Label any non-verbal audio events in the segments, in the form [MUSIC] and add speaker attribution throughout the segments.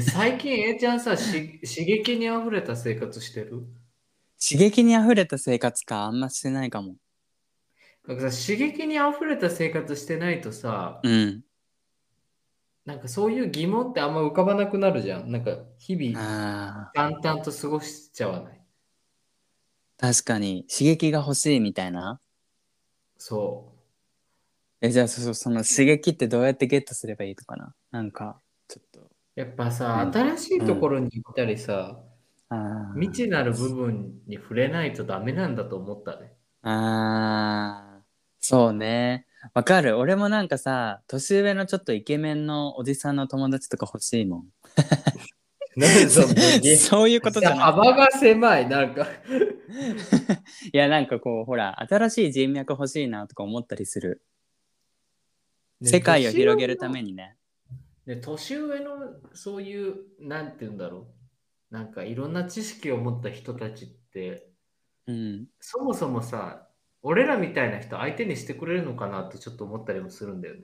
Speaker 1: 最近、えいちゃんさ、し刺激にあふれた生活してる
Speaker 2: 刺激に溢れた生活か、あんましてないかも。
Speaker 1: なんかさ、刺激にあふれた生活してないとさ、
Speaker 2: うん。
Speaker 1: なんかそういう疑問ってあんま浮かばなくなるじゃん。なんか日々、
Speaker 2: ああ、
Speaker 1: 淡々と過ごしちゃわない。
Speaker 2: 確かに、刺激が欲しいみたいな。
Speaker 1: そ
Speaker 2: え、じゃあ、そ、そその刺激ってどうやってゲットすればいいのかななんか、ちょっと。
Speaker 1: う。やっぱさ、
Speaker 2: うん
Speaker 1: 新しいところに行ったりさ、
Speaker 2: あ
Speaker 1: 未知なる部分に触れないとダメなんだと思ったね。
Speaker 2: あ、ああ、そうね。わかる。俺もなんかさ、年上のちょっとイケメンのおじさんの友達とか欲しいもん。
Speaker 1: なんで [LAUGHS] そんなに
Speaker 2: [LAUGHS] [LAUGHS] そういうことじゃない。
Speaker 1: 幅が狭い、なんか。
Speaker 2: いや、なんかこう、ほら、新しい人脈欲しいなとか思ったりする。世界を広げるためにね。
Speaker 1: で年上のそういうなんて言うんだろうなんかいろんな知識を持った人たちって
Speaker 2: うん。
Speaker 1: そもそもさ俺らみたいな人相手にしてくれるのかなってちょっと思ったりもするんだよね。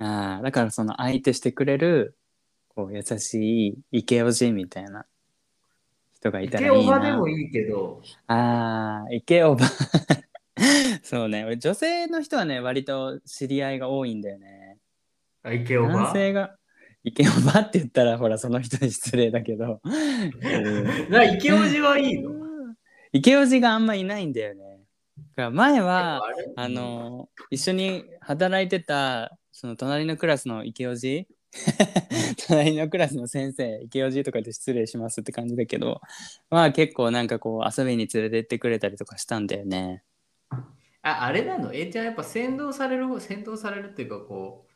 Speaker 2: ああ、だからその相手してくれる、こう、優しい、イケオジみたいな人がい
Speaker 1: イ
Speaker 2: た
Speaker 1: ケ
Speaker 2: らい
Speaker 1: オ
Speaker 2: い
Speaker 1: バで
Speaker 2: な
Speaker 1: も。いいけど、
Speaker 2: ああ、イケオバ。 [LAUGHS] そうね。俺、女性の人はね、割と知り合いが多いんだよね。
Speaker 1: あイケオ
Speaker 2: 男
Speaker 1: バ
Speaker 2: 性が、イケオバって言ったら、ほら、その人に失礼だけど。うん
Speaker 1: なイケオジはいいの
Speaker 2: [LAUGHS] イケオジがあんまいないんだよね。だから前は、
Speaker 1: れ
Speaker 2: あのー一緒に働いてたその隣のクラスのイケオジ [LAUGHS] 隣のクラスの先生イケオジとかで失礼しますって感じだけどまあ結構なんかこう遊びに連れてってくれたりとかしたんだよね
Speaker 1: ああれなのえちゃんやっぱ先導される方先導されるっていうかこう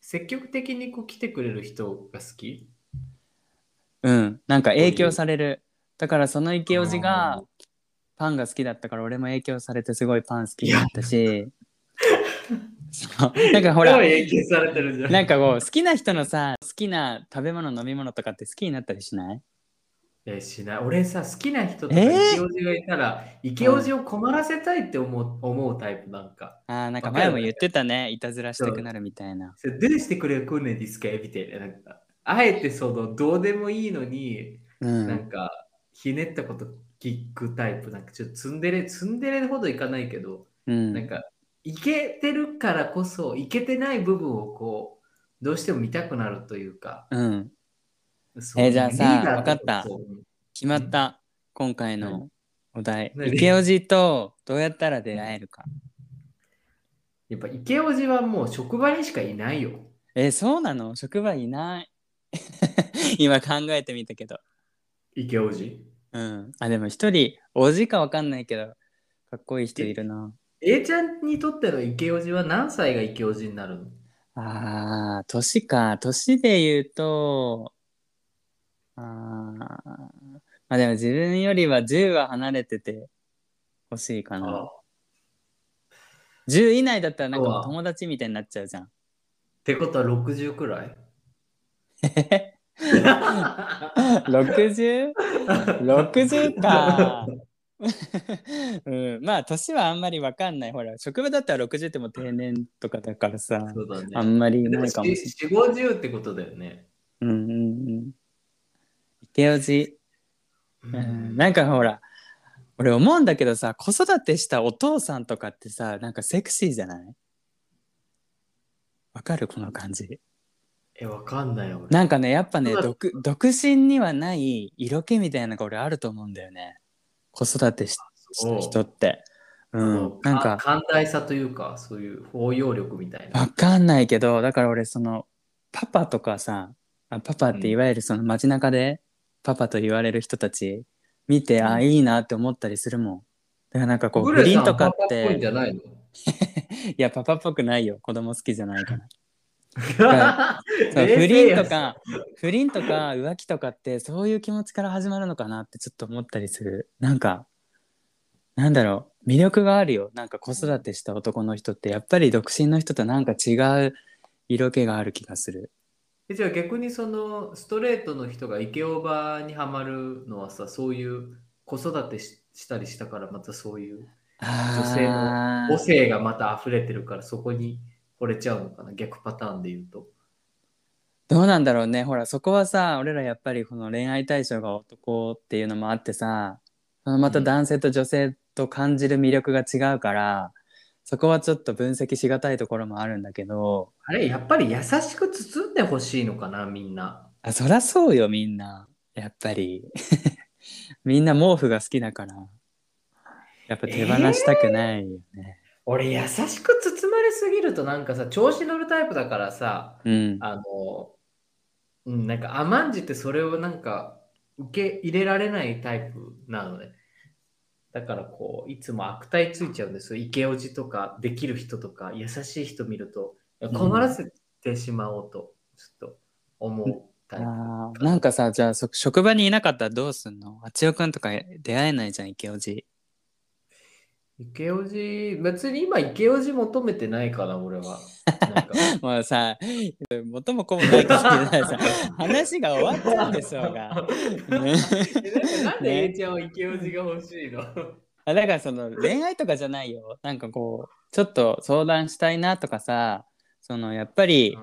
Speaker 1: 積極的にこう来てくれる人が好き
Speaker 2: うんなんか影響されるだからそのイケオジ
Speaker 1: あ
Speaker 2: が
Speaker 1: ー
Speaker 2: パンが好きだったから俺も影響されてすごいパン好きだったし [LAUGHS] そうなんかほら
Speaker 1: すごい影響されてるじゃん。
Speaker 2: なんかこう好きな人のさ好きな食べ物飲み物とかって好きになったりしない
Speaker 1: えーしない。俺さ、好きな人とか
Speaker 2: えー
Speaker 1: イケオジがいたら、イケオジを困らせたいって思う思うタイプなんか。
Speaker 2: あーなんか
Speaker 1: わか
Speaker 2: 前
Speaker 1: る
Speaker 2: も言ってたね、いたずらしたくなるみたいな。
Speaker 1: それどうしてこれを来んねんですかみたいな。なんかあえてその、どうでもいいのに、
Speaker 2: うん
Speaker 1: なんか、ひねったこと聞くタイプ。なんか、ちょっとツンデレ、ツンデレほどいかないけど、
Speaker 2: うん
Speaker 1: なんか、イケてるからこそ、イケてない部分をこう、どうしても見たくなるというか。
Speaker 2: うん、
Speaker 1: そう
Speaker 2: えーじゃあさ
Speaker 1: リーダーと
Speaker 2: わかった
Speaker 1: そう
Speaker 2: 決まった、今回のお題。
Speaker 1: 何
Speaker 2: イケオジとどうやったら出会えるか。
Speaker 1: やっぱ、イケオジはもう職場にしかいないよ。
Speaker 2: えーそうなの職場いない。 [LAUGHS] 今考えてみたけど。
Speaker 1: イケオジ。
Speaker 2: うん、あでも一人、おじかわかんないけど、かっこいい人いるな。
Speaker 1: A ちゃんにとってのイケオジは何歳がイケオジになるの
Speaker 2: ああ、年か。年で言うと、あーまあでも自分よりは10は離れてて欲しいかな。
Speaker 1: っ
Speaker 2: 10以内だったらなんか
Speaker 1: う
Speaker 2: も
Speaker 1: わ
Speaker 2: う友達みたいになっちゃう
Speaker 1: [LAUGHS]
Speaker 2: じゃん。
Speaker 1: てことは60くらい [LAUGHS]
Speaker 2: 60?60 か。うん、まあ年はあんまりわかんない。ほら、職場だったら60ってもう定年とかだからさ、
Speaker 1: そうだね。
Speaker 2: あんまり
Speaker 1: でも
Speaker 2: ないかもしれない。
Speaker 1: 4、50ってことだよね。
Speaker 2: うんうんうん。イケオジ。うん、なんかほら、俺思うんだけどさ、子育てしたお父さんとかってさ、なんかセクシーじゃないわかるこの感じ。
Speaker 1: え、わかんないよ。俺
Speaker 2: なんかね、やっぱね、
Speaker 1: そうだ
Speaker 2: 独独身にはない色気みたいなのが俺あると思うんだよね。子育てしした人って。うん。なんか、
Speaker 1: 寛大さというか、そういう包容力みたいな。
Speaker 2: わかんないけど、だから俺、その、パパとかさ、あパパっていわゆるその街中でパパと言われる人たち見て、あ、
Speaker 1: うん
Speaker 2: いいなって思ったりするもん。だからなんかこう、
Speaker 1: グ
Speaker 2: 不
Speaker 1: レさ
Speaker 2: 倫
Speaker 1: ん
Speaker 2: とかっ
Speaker 1: パパぽいん
Speaker 2: て、
Speaker 1: じゃないの
Speaker 2: いや、パパっぽくないよ。子供好きじゃないから。そう不
Speaker 1: 冷静
Speaker 2: 倫
Speaker 1: や
Speaker 2: とか不倫とか浮気とかってそういう気持ちから始まるのかなってちょっと思ったりするなんかなんだろう魅力があるよなんか子育てした男の人ってやっぱり独身の人となんか違う色気がある気がする
Speaker 1: えじゃあ逆にそのストレートの人がイケオバにはまるのはさ、そういう子育てししたりしたからまたそういう。
Speaker 2: 女
Speaker 1: 性の母性がまた溢れてるからそこに惚れちゃうのかな逆パターンで言うと
Speaker 2: どうなんだろうねほらそこはさ俺らやっぱりこの恋愛対象が男っていうのもあってさそのまた
Speaker 1: うん
Speaker 2: 男性と女性と感じる魅力が違うから、そこはちょっと分析しがたいところもあるんだけど
Speaker 1: あれ、やっぱり優しく包んでほしいのかな、みんな。
Speaker 2: あそらそうよみんなやっぱり [LAUGHS] みんな毛布が好きだからやっぱ手放したくないよね、
Speaker 1: 俺、優しく包まれすぎると、なんかさ、調子乗るタイプだからさ、
Speaker 2: うん
Speaker 1: あの、うん、なんか甘んじてそれをなんか受け入れられないタイプなのね。だからこう、いつも悪態ついちゃうんですよ。イケオジとか、できる人とか、優しい人見ると、困らせてしまおうと、ちょっと思うタイプ。
Speaker 2: あーなんかさじゃあそ職場にいなかったらどうすんのあちおくんとか出会えないじ [LAUGHS] ゃんイケオジ
Speaker 1: イケオジ、別に今、イケオジ求めてないかな、
Speaker 2: [LAUGHS]
Speaker 1: 俺は。なんか
Speaker 2: もうさ元も子もないかもしれないさ [LAUGHS] 話が終わっちゃうんでしょうが、
Speaker 1: えな
Speaker 2: ね
Speaker 1: んかなんで A ちゃんはイケオジが欲しいの
Speaker 2: あだからその恋愛とかじゃないよなんかこうちょっと相談したいなとかさそのやっぱり、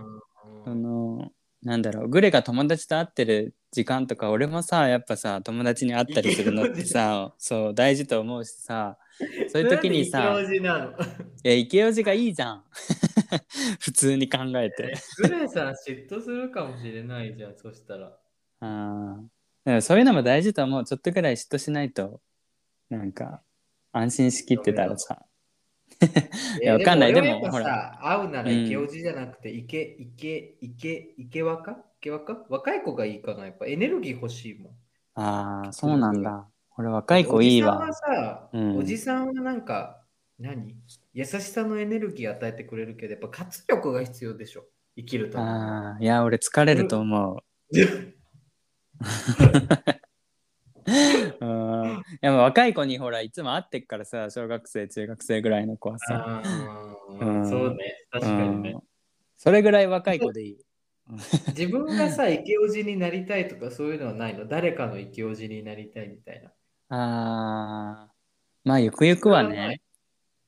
Speaker 2: そのなんだろうグレが友達と会ってる時間とか俺もさやっぱさ友達に会ったりするのって [LAUGHS] さそう大事と思うしさそういう時にさ
Speaker 1: なんでイケオジなの
Speaker 2: いや、池オジがいいじゃん。 [LAUGHS] 普通に考えて。
Speaker 1: グレさん嫉妬するかもしれないじゃん、そしたら。
Speaker 2: あーだからそういうのも大事と思う。ちょっとくらい嫉妬しないと、なんか、安心しきってたらさ。いやわかんな
Speaker 1: え
Speaker 2: い
Speaker 1: ー
Speaker 2: でも
Speaker 1: 俺はやっぱさ、会うなら
Speaker 2: うん
Speaker 1: イケオジじゃなくて、イケ、イケ、イケ、イケ若イケ若若い子がいいかな、やっぱエネルギー欲しいもん。
Speaker 2: ああ、そうなんだ。俺若い子いいわ
Speaker 1: お。じさんはさ、
Speaker 2: うん
Speaker 1: おじさんはなんか、何優しさのエネルギー与えてくれるけど、やっぱ活力が必要でしょ、生きるために。
Speaker 2: ああ、いや、俺疲れると思う。 [LAUGHS] うん、いやもう若い子にほらいつも会ってっからさ小学生中学生ぐらいの子は
Speaker 1: あ
Speaker 2: さ、う
Speaker 1: ー
Speaker 2: ん
Speaker 1: そうね、確かにね
Speaker 2: う。んそれぐらい若い子でいい
Speaker 1: 自分がさ、イケオジになりたいとかそういうのはないの誰かのイケオジになりたいみたいな。
Speaker 2: ああ、まあゆくゆくは
Speaker 1: それはな
Speaker 2: ね。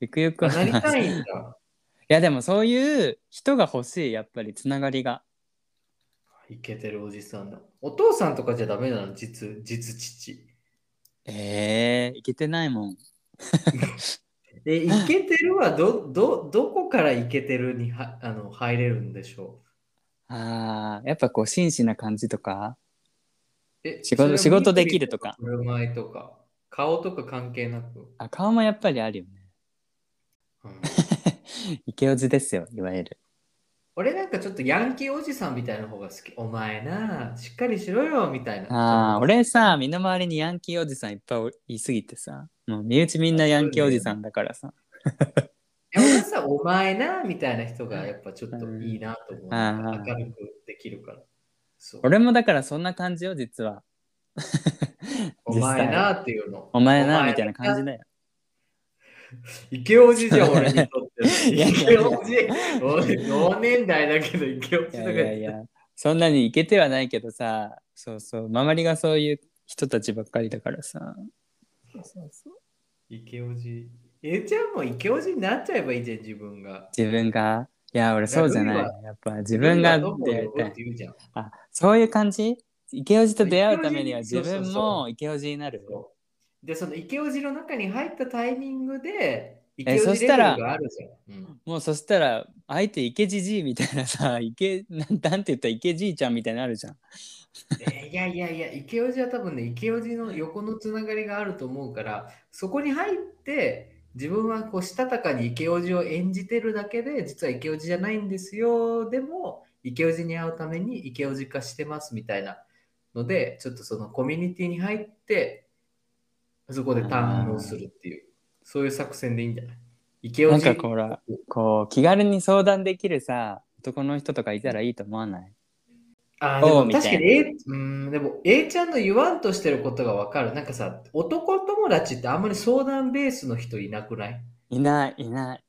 Speaker 2: ゆくゆく
Speaker 1: あ
Speaker 2: は。
Speaker 1: なりた
Speaker 2: い
Speaker 1: いん
Speaker 2: [LAUGHS]
Speaker 1: だ。
Speaker 2: やでもそういう人が欲しい、やっぱりつながりが。
Speaker 1: イケてるおじさんだ。お父さんとかじゃダメなの実、実父。
Speaker 2: ええいけてないもん。
Speaker 1: え、イケてるはど、ど、どこからイケてるにはあの入れるんでしょ
Speaker 2: ああ、やっぱこう真摯な感じとか。
Speaker 1: うえ、
Speaker 2: 仕事
Speaker 1: それは
Speaker 2: 仕事できるとか
Speaker 1: 身振り振る舞いとか、顔とか関係なく。
Speaker 2: あ、顔もやっぱりあるよね。 [LAUGHS]
Speaker 1: うん
Speaker 2: イケオジですよ、いわゆる。
Speaker 1: 俺なんかちょっとヤンキーおじさんみたいな方が好き。お前なあ、しっかりしろよ、みたいな。
Speaker 2: ああ、俺さ、身の回りにヤンキーおじさんいっぱいおいすぎてさ、もう身内みんなヤンキーおじさんだからさ。
Speaker 1: でもさ、お前な、みたいな人がやっぱちょっといいなと思う。
Speaker 2: ん
Speaker 1: なん
Speaker 2: あ
Speaker 1: か
Speaker 2: ー
Speaker 1: 明るくできるから。そう
Speaker 2: 俺もだからそんな感じよ、実は。
Speaker 1: お前なっていうの。
Speaker 2: お前
Speaker 1: お
Speaker 2: な、
Speaker 1: 前
Speaker 2: みたいな感じだよ。
Speaker 1: イケオジじゃん、俺にとって。
Speaker 2: [LAUGHS] いや
Speaker 1: イ
Speaker 2: いやい
Speaker 1: ケ
Speaker 2: や
Speaker 1: オジ。俺同年代だけど、イケオ
Speaker 2: い
Speaker 1: ジと
Speaker 2: や
Speaker 1: か
Speaker 2: いやいや、そんなにいけてはないけどさ、そうそう、周りがそういう人たちばっかりだからさ。
Speaker 1: イケオジ。えちゃんもイケオジになっちゃえばいいじゃん、自分が。
Speaker 2: 自分が、いや、俺そうじゃない
Speaker 1: いやル
Speaker 2: やっぱ自分が
Speaker 1: どこ
Speaker 2: 出会い
Speaker 1: を
Speaker 2: た
Speaker 1: 呼ぶっ
Speaker 2: い。
Speaker 1: て言うじゃん。
Speaker 2: あ、そういう感じ池オジと出会うためには
Speaker 1: イケ
Speaker 2: 自
Speaker 1: オジ
Speaker 2: 分も池オジになる。
Speaker 1: そうで、そのイケオジの中に入ったタイミングで、イケ
Speaker 2: え
Speaker 1: オ
Speaker 2: そ
Speaker 1: ジ
Speaker 2: し
Speaker 1: レベ
Speaker 2: た
Speaker 1: ル
Speaker 2: ら
Speaker 1: があるじゃん。うん
Speaker 2: もうそしたら、相手池じじいみたいなさ、 [LAUGHS] 池、なんなんて言ったら池じいちゃんみたいになるじゃん。
Speaker 1: えーいやいやいや、イケオジは多分ね、イケオジの横のつながりがあると思うから、そこに入って、自分はこうしたたかにイケオジを演じてるだけで、実はイケオジじゃないんですよ、でも、イケオジに会うためにイケオジ化してますみたいなので、ちょっとそのコミュニティに入って、そこで堪能するっていう、そういう作戦でいいんじゃないイケオ
Speaker 2: な
Speaker 1: ジ
Speaker 2: んかこうほら、こう、気軽に相談できるさ、男の人とかいたらいいと思わない
Speaker 1: あーで
Speaker 2: お
Speaker 1: も
Speaker 2: うみたい
Speaker 1: 確
Speaker 2: な
Speaker 1: かに A、うん、でも A ちゃんの言わんとしてることがわかる。なんかさ、男友達ってあんまり相談ベースの人いなくない
Speaker 2: いない、いない。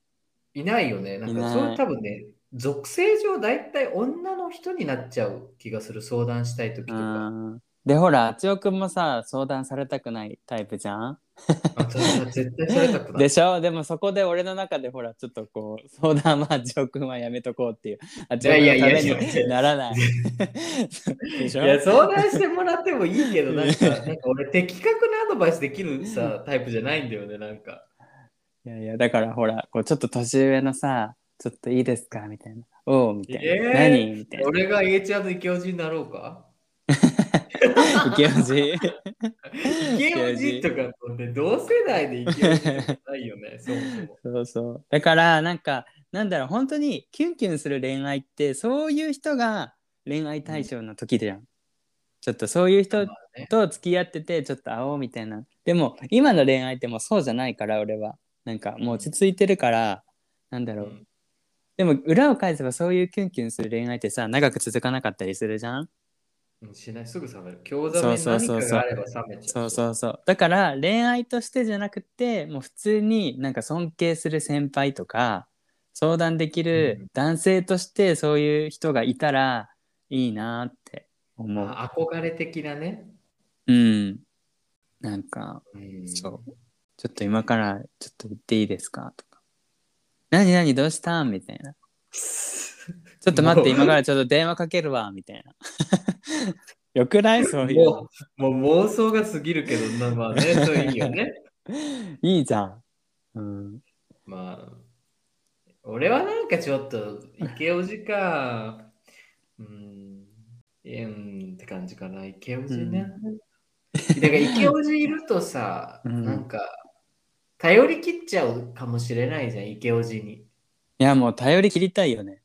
Speaker 1: いないよね。なん
Speaker 2: いな
Speaker 1: か
Speaker 2: い
Speaker 1: そういう多分ね、属性上大体女の人になっちゃう気がする。相談したい時と
Speaker 2: う
Speaker 1: か。
Speaker 2: んでほら千代くんもさ相談されたくないタイプじゃん
Speaker 1: 私は絶対されたくな
Speaker 2: で
Speaker 1: い。
Speaker 2: しょでもそこで俺の中でほらちょっとこう相談は千代くんはやめとこうっていうあ千
Speaker 1: いやい
Speaker 2: 代くん
Speaker 1: や
Speaker 2: の
Speaker 1: いや
Speaker 2: ためにな
Speaker 1: [LAUGHS]
Speaker 2: らないでし
Speaker 1: い
Speaker 2: ょ
Speaker 1: や相談してもらってもいいけど、
Speaker 2: [LAUGHS]
Speaker 1: なんか、なんか俺、的確なアドバイスできるさ、タイプじゃないんだよね、なんか。
Speaker 2: いやいやだからほらこうちょっと年上のさちょっといいですかみたいなおうみたいな、
Speaker 1: えー
Speaker 2: 何みたいな
Speaker 1: 俺が A ちゃんのイケオジになろうか [LAUGHS]
Speaker 2: イケオジ [LAUGHS]
Speaker 1: イケオジとかって同世代でイケオジじゃないよ [LAUGHS] ね、そもそも。
Speaker 2: そうそうだからなんかなんだろう本当にキュンキュンする恋愛ってそういう人が恋愛対象の時じゃん、ちょっとそういう人
Speaker 1: まあね
Speaker 2: と付き合っててちょっと会おうみたいなでも今の恋愛ってもうそうじゃないから俺はなんかもう落ち着いてるから、なんだろう、
Speaker 1: うん
Speaker 2: でも裏を返せばそういうキュンキュンする恋愛ってさ長く続かなかったりするじゃん
Speaker 1: うんしない、すぐ冷める。興ざめに
Speaker 2: そう
Speaker 1: 何
Speaker 2: そうそう
Speaker 1: かが
Speaker 2: そう
Speaker 1: あれば冷めちゃ
Speaker 2: そうそうそうだから恋愛としてじゃなくてもう普通になんか尊敬する先輩とか相談でき
Speaker 1: う
Speaker 2: る男性としてそういう人がいたらいいなって思う
Speaker 1: まあ憧れ的なね。
Speaker 2: うんなんか
Speaker 1: うん
Speaker 2: そうちょっと今からちょっと言っていいですかとか何何どうしたんみたいなちょっと待って
Speaker 1: もう
Speaker 2: 今からちょっと電話かけるわみたいな [LAUGHS] よくないそういうの
Speaker 1: もうもう妄想が過ぎるけど、まあまあね、それいいよね。
Speaker 2: いいじゃんうん
Speaker 1: まあ、俺はなんかちょっと、イケオジか、うん、えうんって感じかな、イケオジね。だからイケオジいるとさ、
Speaker 2: [LAUGHS] うん
Speaker 1: なんか、頼り切っちゃうかもしれないじゃん、イケオジに。
Speaker 2: いやもう頼り切りたいよね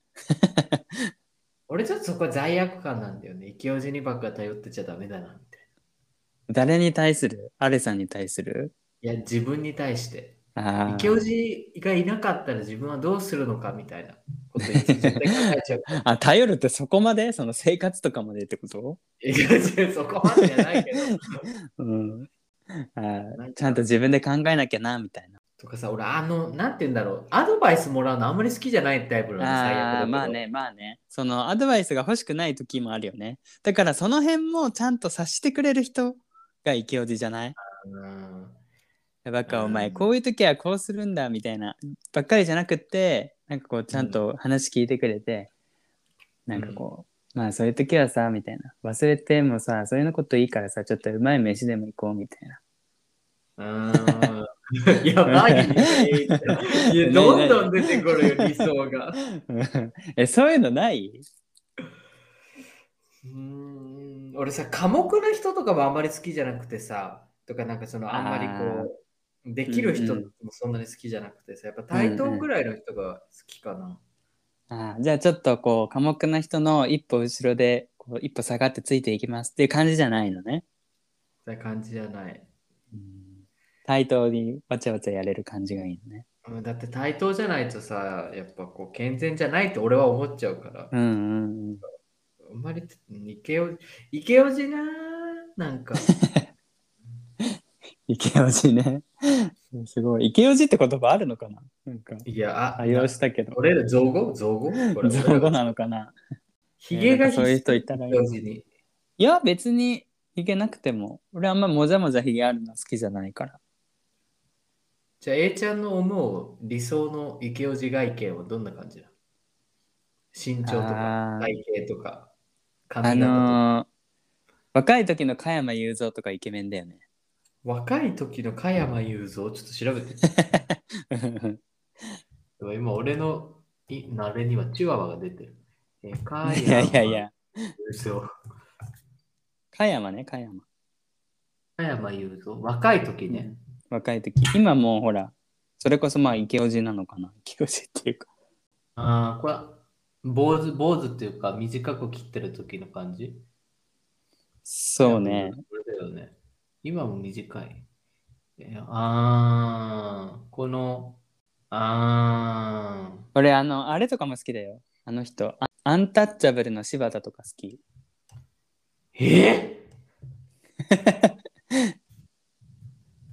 Speaker 1: 俺ちょっとそこは罪悪感なんだよね。イケオジにばっか頼ってちゃダメだな、みた
Speaker 2: 誰に対するアレさんに対する
Speaker 1: いな。いや、自分に対して。
Speaker 2: あ
Speaker 1: イケ
Speaker 2: ー
Speaker 1: オジがいなかったら自分はどうするのかみたいなことに絶対考え
Speaker 2: [LAUGHS]
Speaker 1: ちゃう。
Speaker 2: あ頼るってそこまでその生活とかまでってこと
Speaker 1: イケオジそこまでじゃないけど。
Speaker 2: うんあ
Speaker 1: なん
Speaker 2: ー
Speaker 1: か
Speaker 2: ちゃんと自分で考えなきゃなみたいな
Speaker 1: とかさ、俺、あの、なんて言うんだろう、アドバイスもらうのあんまり好きじゃないタイプなの、最悪だ
Speaker 2: あ
Speaker 1: けど
Speaker 2: ーまあ。ねまあねそのアドバイスが欲しくない時もあるよねだからその辺もちゃんと察してくれる人がイケオジじゃない
Speaker 1: うん
Speaker 2: バカお
Speaker 1: う
Speaker 2: 前
Speaker 1: ん
Speaker 2: こういう時はこうするんだみたいなばっかりじゃなくってなんかこうちゃんと話聞いてくれて、なんかこう、まあそういう時はさみたいな忘れてもさそういうのこといいからさちょっとうまい飯でも行こうみたいな
Speaker 1: うん。やばいね。
Speaker 2: [LAUGHS]
Speaker 1: いや、どんどん出てくるよ、理想が。
Speaker 2: [LAUGHS] えそういうのない
Speaker 1: うん、俺さ、寡黙な人とかもあんまり好きじゃなくてさ、とかなんかその、あんまり
Speaker 2: あ
Speaker 1: こう、できる人
Speaker 2: うんう
Speaker 1: もそんなに好きじゃなくてさ、やっぱ対等ぐらいの人が好きかな。
Speaker 2: あーじゃあちょっとこう寡黙な人の一歩後ろでこう一歩下がってついていきますっていう感じじゃないのね、
Speaker 1: って感じじゃない。
Speaker 2: 対等にわちゃわちゃやれる感じがいいのね
Speaker 1: うんだって対等じゃないとさ、やっぱこう健全じゃないって俺は思っちゃうから。
Speaker 2: うんうんうん
Speaker 1: あんまり、うんイケオジ、イケオジなーなん
Speaker 2: [LAUGHS]
Speaker 1: か。
Speaker 2: イケオジね。 [LAUGHS] すごい。イケオジって言葉あるのかななんか、
Speaker 1: いや、あ、
Speaker 2: 愛用したけど。
Speaker 1: 俺ら造語造語これ。
Speaker 2: 造語なのかな
Speaker 1: ヒゲが
Speaker 2: なんかそういう人いたらい
Speaker 1: イ
Speaker 2: い
Speaker 1: ケオジに。
Speaker 2: いや、別にヒゲなくても。俺あんまもじゃもじゃヒゲあるの好きじゃないから。
Speaker 1: じゃあ、A ちゃんの思う理想のイケオジ外見はどんな感じだ身長とか
Speaker 2: あー
Speaker 1: 体型とか
Speaker 2: あ
Speaker 1: 髪型とか、
Speaker 2: のー若い時の加山雄三とかイケメンだよ [LAUGHS] ね。
Speaker 1: 若い時の加山雄三をちょっと調べてみてでも今俺のいあれにはチワワが出てる。え加
Speaker 2: いやいやい
Speaker 1: 山
Speaker 2: や。
Speaker 1: 雄三。
Speaker 2: 加山ね、加山。
Speaker 1: 加山雄三。若い時ね。
Speaker 2: 若い時。今もうほら、それこそまあイケオジなのかな。イケオジっていうか。
Speaker 1: ああ、これは坊主、坊主っていうか短く切ってる時の感じ
Speaker 2: そうね。。
Speaker 1: これだよね。今も短い。えあー、この、あ
Speaker 2: 俺あの、あれとかも好きだよ。あの人。あアンタッチャブルの柴田とか好き。
Speaker 1: ー、え
Speaker 2: [LAUGHS]
Speaker 1: ー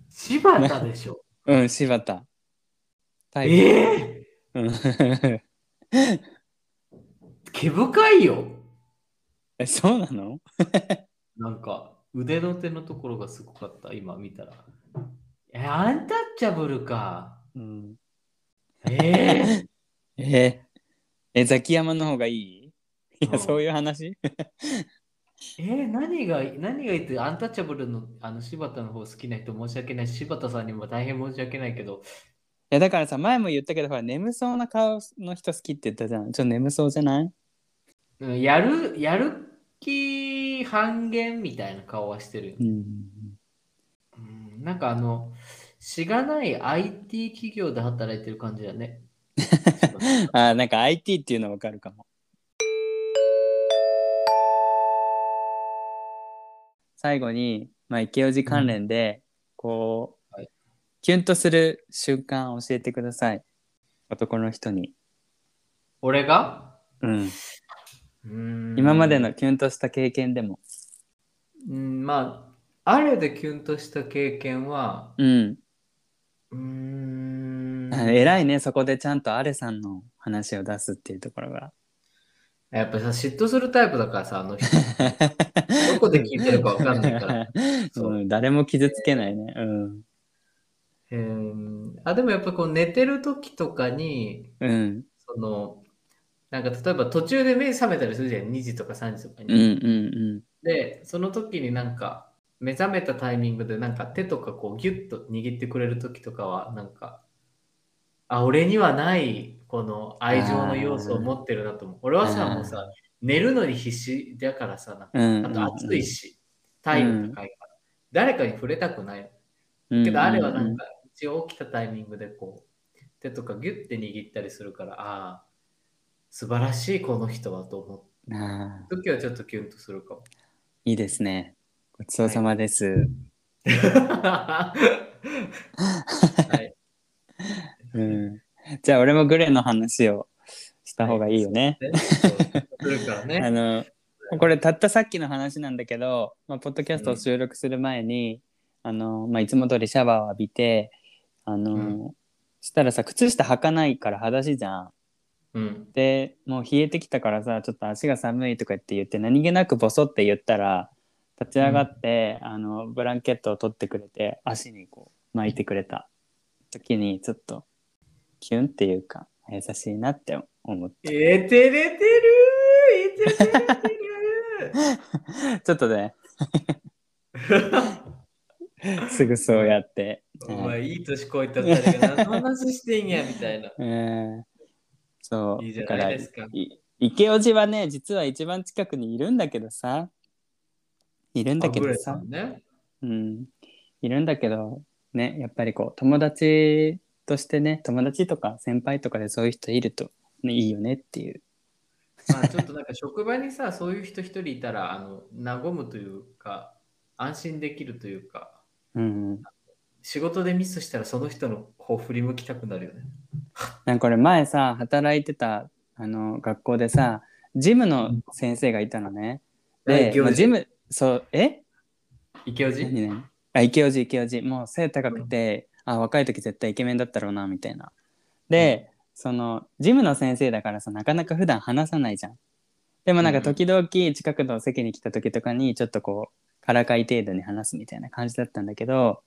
Speaker 1: 柴田でし
Speaker 2: [LAUGHS]
Speaker 1: ょ。
Speaker 2: うん、柴田。タイプ。
Speaker 1: え
Speaker 2: うん [LAUGHS]
Speaker 1: ー、毛深いよ。
Speaker 2: え、そうなの
Speaker 1: なんか、腕の手のところがすごかった、今見たら。え、アンタッチャブルか。
Speaker 2: うん、
Speaker 1: え
Speaker 2: えーえザキヤマの方がいいいや、
Speaker 1: うん
Speaker 2: そういう話 [LAUGHS]
Speaker 1: ー、えー何が、何が言って、アンタッチャブルのあの柴田の方好きな人申し訳ないし、柴田さんにも大変申し訳ないけど、
Speaker 2: いやだからさ前も言ったけどほら眠そうな顔の人好きって言ったじゃんちょっと眠そうじゃない
Speaker 1: うんやる、やる気半減みたいな顔はしてるよね
Speaker 2: うん
Speaker 1: うんなんかあの、しがない IT 企業で働いてる感じだ [LAUGHS] ね。
Speaker 2: あーなんか IT っていうのわかるかも最後に、まあ、池尾寺関連で、こう、
Speaker 1: はい
Speaker 2: キュンとする瞬間教えてください男の人に、
Speaker 1: 俺が
Speaker 2: うん、
Speaker 1: うん
Speaker 2: 今までのキュンとした経験でも
Speaker 1: うん、まあ、あれでキュンとした経験は、
Speaker 2: うん、
Speaker 1: うーん、
Speaker 2: あ偉いねそこでちゃんとアレさんの話を出すっていうところが
Speaker 1: やっぱさ、嫉妬するタイプだからさ、あの人。どこで聞いてるかわかんない
Speaker 2: [LAUGHS]
Speaker 1: から。そう
Speaker 2: うん、誰も傷つけないね、うん
Speaker 1: うん、あ、でもやっぱこう寝てる時とかに、
Speaker 2: うん
Speaker 1: その、なんか例えば途中で目覚めたりするじゃん、2時とか3時とかに。
Speaker 2: うんうん
Speaker 1: で、その時になんか、目覚めたタイミングでなんか手とかこうギュッと握ってくれる時とかは、なんか、あ、俺にはないこの愛情の要素を持ってるなと思う。俺はさ、
Speaker 2: あー
Speaker 1: もうさ、寝るのに必死だからさ、なんか
Speaker 2: うんうん
Speaker 1: あと暑いし、体温高いから、誰かに触れたくない。けど、あれはなんか、一応起きたタイミングでこう、手とかギュッて握ったりするから、ああ、素晴らしいこの人はと思う
Speaker 2: うんあー
Speaker 1: 時はちょっとキュンとするか [LAUGHS] も。
Speaker 2: いいですね。ごちそうさまです。
Speaker 1: はい、
Speaker 2: うん、じゃあ俺もグレの話をした方がいいよね。
Speaker 1: ねそうするから
Speaker 2: あ
Speaker 1: ね。
Speaker 2: のこれたったさっきの話なんだけど、まあ、ポッドキャストを収録する前に、あのまあ、いつも通りシャワーを浴びてあの、
Speaker 1: うん
Speaker 2: したらさ靴下履かないから裸足じゃん。
Speaker 1: うん。
Speaker 2: でもう冷えてきたからさちょっと足が寒いとか言って言って何気なくボソって言ったら立ち上がって、あのブランケットを取ってくれて足にこう巻いてくれた時にちょっとキュンっていうか優しいなって思っ
Speaker 1: えー、照れてるーえー照れてる
Speaker 2: たちょっとね
Speaker 1: [LAUGHS] ー
Speaker 2: すぐそうやって、
Speaker 1: お前、いい年こいた二人が何の話してんやみたいな。
Speaker 2: うん、そう
Speaker 1: いいじゃ
Speaker 2: だか
Speaker 1: な
Speaker 2: ら
Speaker 1: いですか。
Speaker 2: い池叔父はね実は一番近くにいるんだけどさいるんだけ
Speaker 1: あグ
Speaker 2: ど
Speaker 1: レ
Speaker 2: さ
Speaker 1: さんね。
Speaker 2: うん、いるんだけどねやっぱりこう友達としてね友達とか先輩とかでそういう人いると、ね、いいよねっていう
Speaker 1: まあ、ちょっとなんか職場にさ、そういう人一人いたら、あの、和むというか、安心できるというか、
Speaker 2: うん
Speaker 1: 仕事でミスしたらその人の方振り向きたくなるよね。
Speaker 2: なんかこれ前さ働いてたあの学校でさジムの先生がいたのねで、
Speaker 1: 池尾
Speaker 2: まあ
Speaker 1: 寺
Speaker 2: ジムそうえ
Speaker 1: 池尾寺
Speaker 2: 何ねあ池尾寺池尾寺もう背高くて、あ若い時絶対イケメンだったろうなみたいなで、そのジムの先生だからさなかなか普段話さないじゃんでもなんか
Speaker 1: うんうん
Speaker 2: 時々近くの席に来た時とかにちょっとこうからかい程度に話すみたいな感じだったんだけど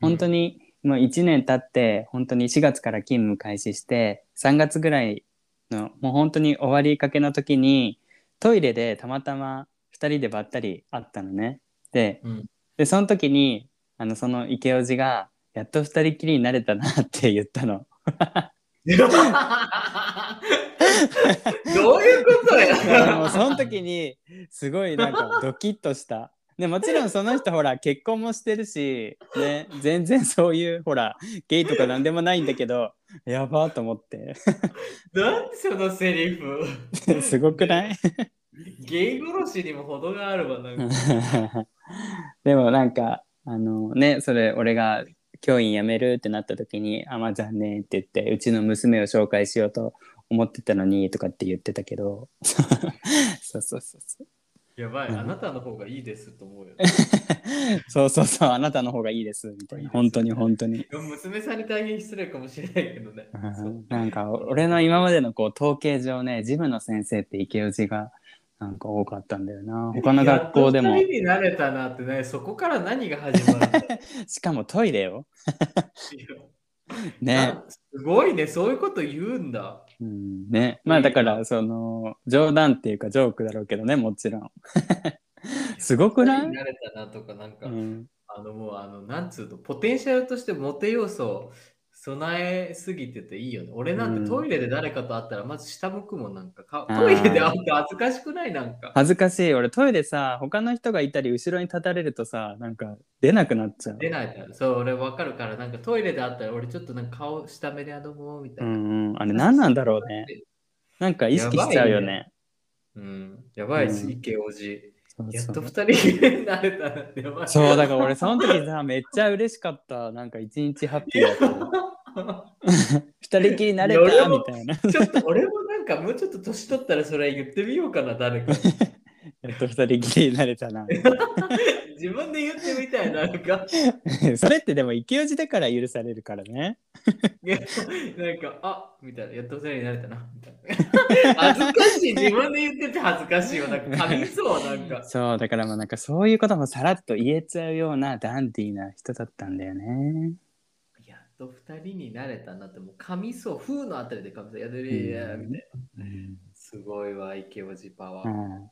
Speaker 2: 本当にもう1年経って本当に4月から勤務開始して3月ぐらいのもう本当に終わりかけの時にトイレでたまたま2人でばったり会ったのねで,、
Speaker 1: うん
Speaker 2: でその時にあのその池叔父が「やっと2人きりになれたな」って言っ
Speaker 1: [LAUGHS]
Speaker 2: たの。
Speaker 1: [LAUGHS] どういうこと
Speaker 2: だからも
Speaker 1: や
Speaker 2: うその時にすごいなんかドキッとした。でもちろんその人ほら結婚もしてるし、ね、全然そういうほらゲイとかなんでもないんだけどやばーと思って
Speaker 1: なんでそのセリフ [LAUGHS]
Speaker 2: すごくない
Speaker 1: ゲイ殺しにも程があるわなんか。
Speaker 2: [LAUGHS] でもなんかあのねそれ俺が教員辞めるってなった時に「あまあ残念」って言ってうちの娘を紹介しようと思ってたのにとかって言ってたけど [LAUGHS] そうそうそうそう。
Speaker 1: やばい、
Speaker 2: うん
Speaker 1: あなたの方がいいですと思う
Speaker 2: [LAUGHS]
Speaker 1: よ。
Speaker 2: そうそうそう、あなたの方がいいです、みた
Speaker 1: い
Speaker 2: い
Speaker 1: い
Speaker 2: な。
Speaker 1: です
Speaker 2: 本当に本当に。
Speaker 1: 娘さんに大変失礼かもしれないけどね。そう
Speaker 2: なんか、俺の今までのこう統計上ね、ジムの先生って池内が、なんか多かったんだよな他の学校でも
Speaker 1: やっと二人になれたなってね、そこから何が始まるんだって
Speaker 2: しかもトイレよ
Speaker 1: いう。
Speaker 2: [LAUGHS] ね
Speaker 1: あすごいね、そういうこと言うんだ。
Speaker 2: うんねまあだからその冗談っていうかジョークだろうけどねもちろん [LAUGHS] すごくない
Speaker 1: 二人になれたなとか、なんか、
Speaker 2: うん
Speaker 1: あのもう、あの、なんつうの、ポテンシャルとしてモテ要素を備えすぎてていいよね。俺なん
Speaker 2: うん
Speaker 1: てトイレで誰かと会ったら、まず下向くもんなんかか
Speaker 2: あー
Speaker 1: トイレで会って恥ずかしくないなんか。
Speaker 2: 恥ずかしい俺トイレさ他の人がいたり後ろに立たれるとさなんか出なくなっちゃう
Speaker 1: 出ないから、そう、俺わかるから、なんかトイレで会ったら、俺ちょっとなんか顔下目であどうもみた
Speaker 2: う
Speaker 1: いな。
Speaker 2: んうんあれ何なんだろうねなんか意識しちゃうよね
Speaker 1: うん、やばいっ
Speaker 2: う
Speaker 1: す、
Speaker 2: ん
Speaker 1: イケオジ。
Speaker 2: そう
Speaker 1: やっ
Speaker 2: そ
Speaker 1: と
Speaker 2: う
Speaker 1: 二人になれたなって、やばい。
Speaker 2: そうだから俺その時さめっちゃ嬉しかったなんか一日ハッピーだったの二人きりになれ
Speaker 1: いや
Speaker 2: た
Speaker 1: 俺
Speaker 2: み
Speaker 1: も
Speaker 2: たいな
Speaker 1: ちょっと俺もなんかもうちょっと年取ったらそれ言ってみようかな、
Speaker 2: [LAUGHS]
Speaker 1: 誰か。
Speaker 2: やっと二人きりになれ
Speaker 1: [LAUGHS]
Speaker 2: たな
Speaker 1: 自分で言ってみたいな、なんか。
Speaker 2: それってでも勢い字だから許されるからね
Speaker 1: いやなんか、あみたいな、やっと二人になれた
Speaker 2: [LAUGHS]
Speaker 1: な、みたいな。恥ずかしい、自分で言ってて恥ずかしいよ。なんか、噛みそう、なんか。
Speaker 2: そうだからまあなんかそういうこともさらっと言えちゃうようなダンディーな人だったんだよね
Speaker 1: やっと二人になれたなって、もう噛みそう、風のあたりで噛みそう、やだりや、みたいな。
Speaker 2: うん
Speaker 1: すごいわ、イケオジパワー。
Speaker 2: はい。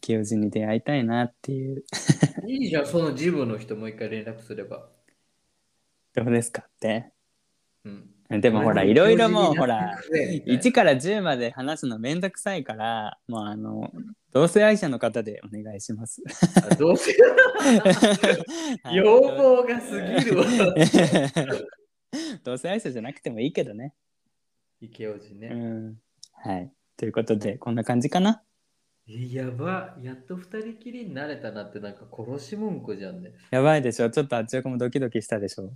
Speaker 2: 清治に出会いたいなっていう。
Speaker 1: いいじゃん、そのジムの人もう一回連絡すれば。
Speaker 2: どうですかって。
Speaker 1: うん。
Speaker 2: でもほら、いろいろもうほら、
Speaker 1: ね、
Speaker 2: 1から10まで話すのめんどくさいから、もうあの、同性愛者の方でお願いします。
Speaker 1: あどう
Speaker 2: [LAUGHS]
Speaker 1: せ
Speaker 2: はい
Speaker 1: 要望がすぎるわ。
Speaker 2: 同性愛者じゃなくてもいいけどね。
Speaker 1: イケオジ
Speaker 2: う
Speaker 1: ね。
Speaker 2: ん。はい。ということで、こんな感じかな。
Speaker 1: えやば、やっと二人きりになれたなって、なんか殺し文句じゃんね。
Speaker 2: やばいでしょ。ちょっとあっちよくもドキドキしたでしょ。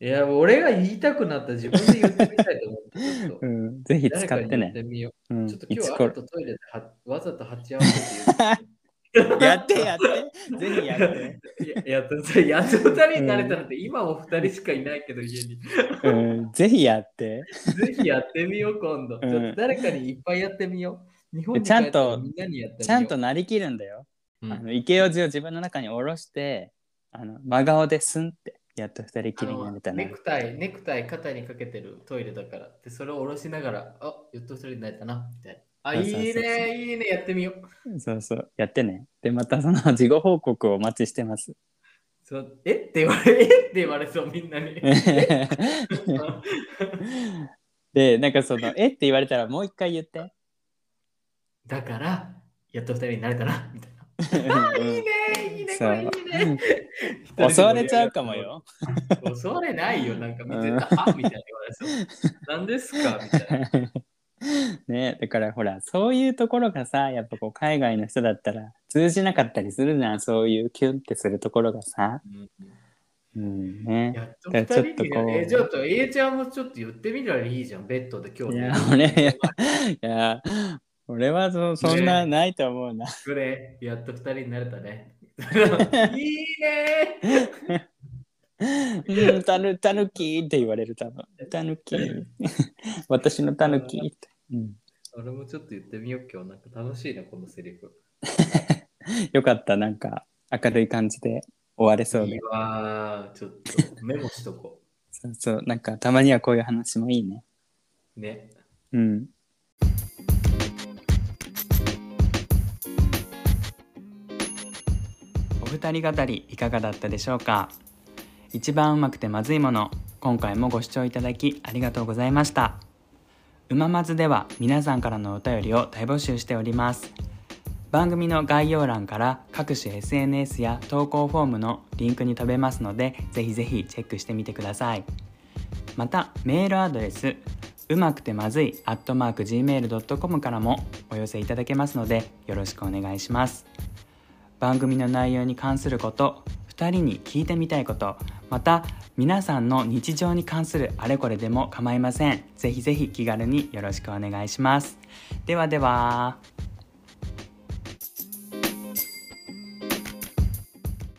Speaker 1: いや、俺が言いたくなった自分で言ってみたいと思ってちょっ
Speaker 2: [LAUGHS] う
Speaker 1: と。
Speaker 2: ん。ぜひ使
Speaker 1: 誰
Speaker 2: っ
Speaker 1: かに言
Speaker 2: て
Speaker 1: って
Speaker 2: ね。
Speaker 1: みよ
Speaker 2: う
Speaker 1: う。
Speaker 2: ん。
Speaker 1: ちょっと今
Speaker 2: い
Speaker 1: 日
Speaker 2: つ
Speaker 1: は
Speaker 2: 頃
Speaker 1: あとトイレではわざと鉢合わせて言う
Speaker 2: やってやって。
Speaker 1: [LAUGHS]
Speaker 2: ぜひやって。
Speaker 1: いややっとそれやっと二人になれたのって、今も二人しかいないけど家に。
Speaker 2: うんぜひやって。
Speaker 1: [LAUGHS] ぜひやってみよう、今度。
Speaker 2: うん
Speaker 1: ちょっと誰かにいっぱいやってみよう。日本に
Speaker 2: ちゃ
Speaker 1: 帰
Speaker 2: んと
Speaker 1: ったらみんなにやってみよう。
Speaker 2: ちゃんとなりきるんだよ。
Speaker 1: うん、
Speaker 2: あの池尾字を自分の中に下ろして、あの真顔でスンって、やっと二人きりになれた
Speaker 1: ネ
Speaker 2: ね。
Speaker 1: クタイ、ネクタイ肩にかけてるトイレだから。で、それを下ろしながら、あ、やっと一人になれたな、みたいな。あ、
Speaker 2: そう
Speaker 1: い
Speaker 2: そうそう
Speaker 1: いね、いいね、やってみよう。
Speaker 2: そうそう、やってね。で、またその事後報告をお待ちしてます。
Speaker 1: そうえって言われ、 [LAUGHS] えって言われそう、みんなに。 [LAUGHS]
Speaker 2: で、なんかその、えって言われたらもう一回言って。
Speaker 1: だから、やっと二人になれたな、みたいな。いいね、いいね、こ
Speaker 2: そう
Speaker 1: れいい [LAUGHS] ね。
Speaker 2: うん [LAUGHS] 襲われちゃうかもよ。
Speaker 1: 襲われないよ、なんか見てた、あ、みたいな言われそう。なんですかみたいな。
Speaker 2: [LAUGHS] ね、だからほらそういうところがさやっぱこう海外の人だったら通じなかったりするじゃんそういうキュンってするところがさ、 [LAUGHS]
Speaker 1: うん
Speaker 2: うんね、
Speaker 1: やっと
Speaker 2: じ
Speaker 1: 二
Speaker 2: ゃ
Speaker 1: 人
Speaker 2: あちょっと
Speaker 1: に
Speaker 2: こう
Speaker 1: なえ、ちょっと、えいちゃんもちょっと言ってみたらいいじゃん、ベッドで今
Speaker 2: い
Speaker 1: 日
Speaker 2: や
Speaker 1: ね。
Speaker 2: 俺いや俺はそそんなないと思うな、
Speaker 1: それ、やっと二人になれた
Speaker 2: [LAUGHS]
Speaker 1: ね。いいね
Speaker 2: うん、たぬたぬきって言われる多分たぬき
Speaker 1: [LAUGHS]
Speaker 2: 私のたぬきって、うん、
Speaker 1: 俺もちょっと言ってみよう今日。なんか楽しいな、このセリフ。
Speaker 2: よかったなんか明るい感じで終われそう
Speaker 1: い
Speaker 2: で
Speaker 1: いわーちょっとメモしとこ
Speaker 2: そうそうなんかたまにはこういう話もいいね
Speaker 1: う。ね。
Speaker 2: うんお二人語りいかがだったでしょうか一番うまくてまずいもの今回もご視聴いただきありがとうございましたうままずでは皆さんからのお便りを大募集しております番組の概要欄から各種 SNS や投稿フォームのリンクに飛べますのでぜひぜひチェックしてみてくださいまたメールアドレスうまくてまずい gmail.com からもお寄せいただけますのでよろしくお願いします番組の内容に関すること2人に聞いてみたいことまた皆さんの日常に関するあれこれでも構いませんぜひぜひ気軽によろしくお願いしますではでは